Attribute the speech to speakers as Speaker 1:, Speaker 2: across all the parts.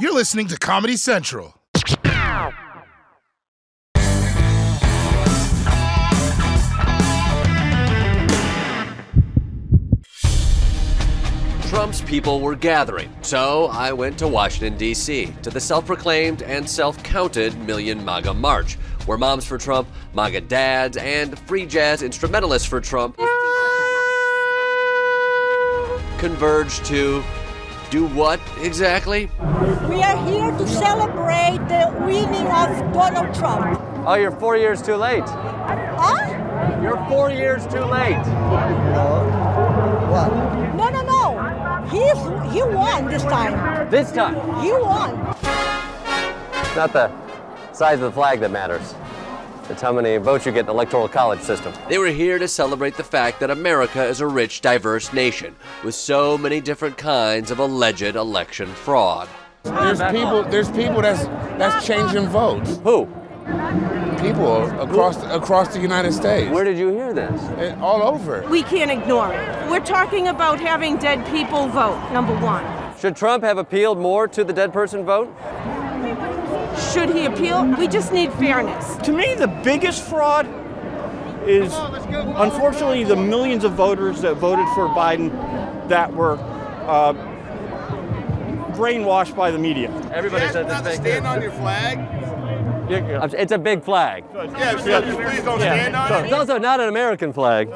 Speaker 1: You're listening to Comedy Central.
Speaker 2: Trump's people were gathering, so I went to Washington, D.C., to the self proclaimed and self counted Million MAGA March, where Moms for Trump, MAGA Dads, and free jazz instrumentalists for Trump converged to do what exactly?
Speaker 3: We are here to celebrate the winning of Donald Trump.
Speaker 2: Oh, you're four years too late.
Speaker 3: Huh?
Speaker 2: You're four years too late.
Speaker 3: No, no, no. He's, he won this time.
Speaker 2: This time.
Speaker 3: He won.
Speaker 2: It's not the size of the flag that matters. It's how many votes you get in the electoral college system. They were here to celebrate the fact that America is a rich, diverse nation with so many different kinds of alleged election fraud.
Speaker 4: There's people. There's people that's that's changing votes.
Speaker 2: Who?
Speaker 4: People across across the United States,
Speaker 2: Where did you hear this?
Speaker 4: and all over.
Speaker 5: We can't ignore it. We're talking about having dead people vote, number one.
Speaker 2: Should Trump have appealed more to the dead person vote?
Speaker 5: Should he appeal? We just need fairness.
Speaker 6: To me, the biggest fraud is unfortunately the millions of voters that voted for Biden that were uh, brainwashed by the media.
Speaker 2: Everybody said this thing.
Speaker 7: stand on your flag.
Speaker 2: It's a big flag.
Speaker 7: Yeah, so just please don't
Speaker 6: Yeah.
Speaker 7: stand on
Speaker 6: So-
Speaker 7: it.
Speaker 2: It's also not an American flag.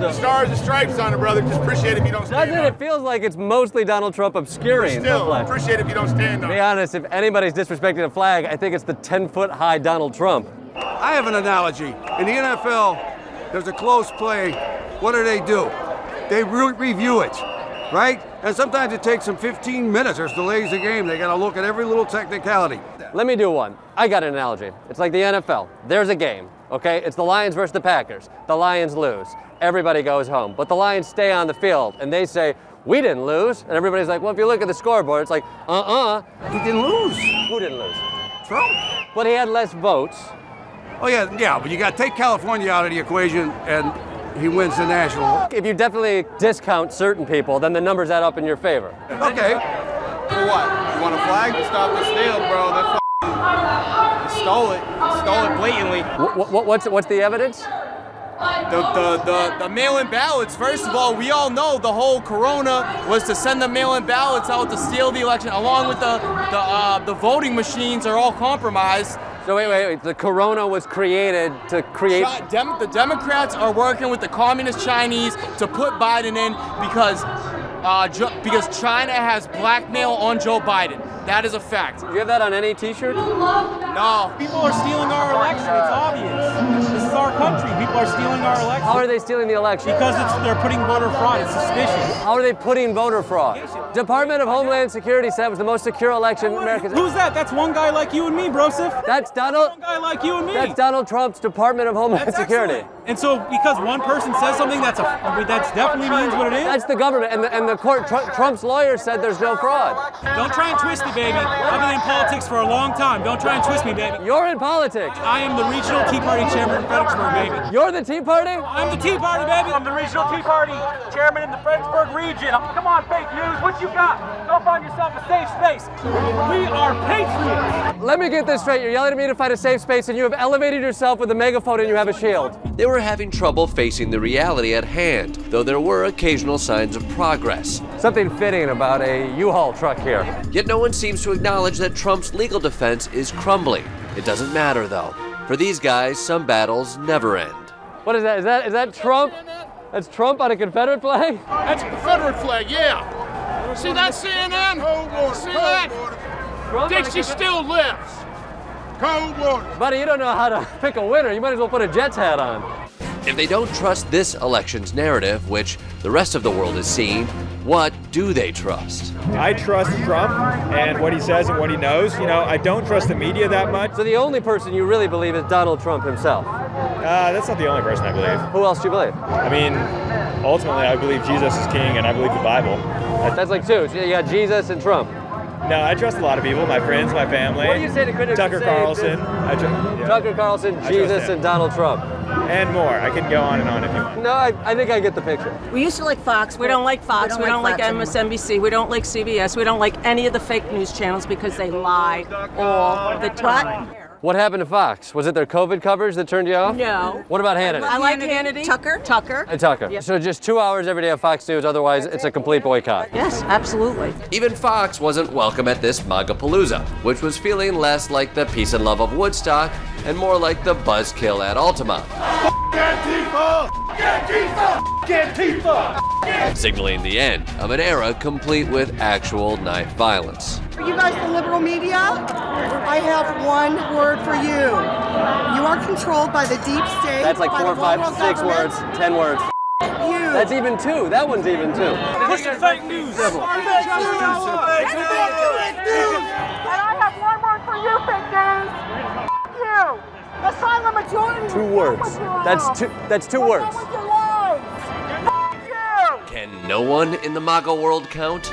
Speaker 7: The stars and stripes on it, brother. Just appreciate if you don't stand
Speaker 2: Doesn't
Speaker 7: on
Speaker 2: it feel like it's mostly Donald Trump obscuring the
Speaker 7: Still,
Speaker 2: flag?
Speaker 7: appreciate if you don't stand on
Speaker 2: be
Speaker 7: it.
Speaker 2: honest, if anybody's disrespecting a flag, I think it's the 10 foot high Donald Trump.
Speaker 8: I have an analogy. In the NFL, there's a close play. What do they do? They re- review it, right? And sometimes it takes them 15 minutes. There's delays in the game. They got to look at every little technicality.
Speaker 2: Let me do one. I got an analogy. It's like the NFL. There's a game, okay? It's the Lions versus the Packers. The Lions lose. Everybody goes home. But the Lions stay on the field and they say, We didn't lose. And everybody's like, Well, if you look at the scoreboard, it's like, Uh uh
Speaker 8: He didn't lose.
Speaker 2: Who didn't lose?
Speaker 8: Trump.
Speaker 2: But he had less votes.
Speaker 8: Oh yeah, yeah. But you got to take California out of the equation, and he wins the national.
Speaker 2: If you definitely discount certain people, then the numbers add up in your favor.
Speaker 8: Okay.
Speaker 7: For what? You want a flag? Stop the steal, bro. That stole it. Stole it blatantly.
Speaker 2: Wh- wh- what's, what's the evidence?
Speaker 7: The, the, the, the mail-in ballots, first of all, we all know the whole corona was to send the mail-in ballots out to steal the election, along with the, the, uh, the voting machines are all compromised.
Speaker 2: So wait, wait, wait. The corona was created to create.
Speaker 7: Chi- Dem- the Democrats are working with the communist Chinese to put Biden in because uh, jo- because China has blackmail on Joe Biden. That is a fact.
Speaker 2: Do you have that on any T-shirt?
Speaker 7: No.
Speaker 6: People are stealing our election. It's obvious. This is our country. People are stealing our election
Speaker 2: How are they stealing the election?
Speaker 6: because it's, they're putting voter fraud. It's suspicious.
Speaker 2: How are they putting voter fraud? Department of Homeland Security said it was the most secure election in America's.
Speaker 6: Who's that? That's one guy like you and me, Brosif.
Speaker 2: That's Donald.
Speaker 6: one guy like you and me.
Speaker 2: That's Donald Trump's Department of Homeland
Speaker 6: That's
Speaker 2: Security.
Speaker 6: excellent. And so, because one person says something, that's a that's definitely means what it is.
Speaker 2: That's the government and the, and the court. Tru- Trump's lawyer said there's no fraud.
Speaker 6: Don't try and twist me, baby. I've been in politics for a long time. Don't try and twist me, baby.
Speaker 2: You're in politics.
Speaker 6: I am the regional Tea Party chairman in Fredericksburg, baby.
Speaker 2: You're the Tea Party.
Speaker 6: I'm the Tea Party, baby. I'm the regional Tea Party chairman in the Fredericksburg region. Come on, fake news. What you got? Go find yourself a safe space. We are patriots.
Speaker 2: Let me get this straight. You're yelling at me to find a safe space, and you have elevated yourself with a megaphone and you have a shield. They were having trouble facing the reality at hand, though there were occasional signs of progress. Something fitting about a U-Haul truck here. Yet no one seems to acknowledge that Trump's legal defense is crumbling. It doesn't matter, though. For these guys, some battles never end. What is that? Is that is that Trump? That's Trump on a Confederate flag?
Speaker 7: That's a Confederate flag, yeah. See that CNN?
Speaker 4: Cold water.
Speaker 7: See that? Dixie still lives.
Speaker 4: Cold water.
Speaker 2: Buddy, you don't know how to pick a winner. You might as well put a Jets hat on. If they don't trust this election's narrative, which the rest of the world is seeing, what do they trust?
Speaker 9: I trust Trump and what he says and what he knows. You know, I don't trust the media that much.
Speaker 2: So the only person you really believe is Donald Trump himself.
Speaker 9: Uh, that's not the only person I believe.
Speaker 2: Who else do you believe?
Speaker 9: I mean, ultimately, I believe Jesus is king and I believe the Bible. I-
Speaker 2: That's like two. You got Jesus and Trump.
Speaker 9: no, I trust a lot of people, my friends, my family.
Speaker 2: What do you say to critics who
Speaker 9: Tucker
Speaker 2: say
Speaker 9: Carlson.
Speaker 2: this-
Speaker 9: I tr- yeah.
Speaker 2: Tucker Carlson,
Speaker 9: I trust
Speaker 2: Jesus,
Speaker 9: him.
Speaker 2: and Donald Trump.
Speaker 9: and more. I could go on and on if you want.
Speaker 7: No, I, I think I get the picture.
Speaker 3: We used to like Fox. We don't like Fox. We don't, like, MSNBC. We don't like CBS. We don't like any of the fake news channels because they lie all the time.
Speaker 7: What happened to Fox? Was it their COVID coverage that turned you off?
Speaker 3: No.
Speaker 7: What about Hannity?
Speaker 3: I like Hannity. Tucker. Tucker.
Speaker 7: And Tucker.
Speaker 3: Yep.
Speaker 7: So just two hours every day of Fox News, otherwise it's a complete boycott.
Speaker 3: Yes, absolutely.
Speaker 7: Even Fox wasn't welcome at this Magapalooza, which was feeling less like the peace and love of Woodstock and more like the buzzkill at Altamont. Signaling the end of an era complete with actual knife violence.
Speaker 2: For you guys, the liberal media, I have one word for you. You are controlled by the deep state.
Speaker 7: That's like
Speaker 2: by
Speaker 7: four,
Speaker 2: the
Speaker 7: five,
Speaker 2: one-world
Speaker 7: six
Speaker 2: government.
Speaker 7: words, ten words.
Speaker 2: You.
Speaker 7: That's even two. That one's even two.
Speaker 10: Pushing fake news.
Speaker 11: And I have one word for you, big news. F- you. The silent majority.
Speaker 7: Two words. That's two. That's two words.
Speaker 11: With your lives. F- you.
Speaker 7: Can no one in the MAGA world count?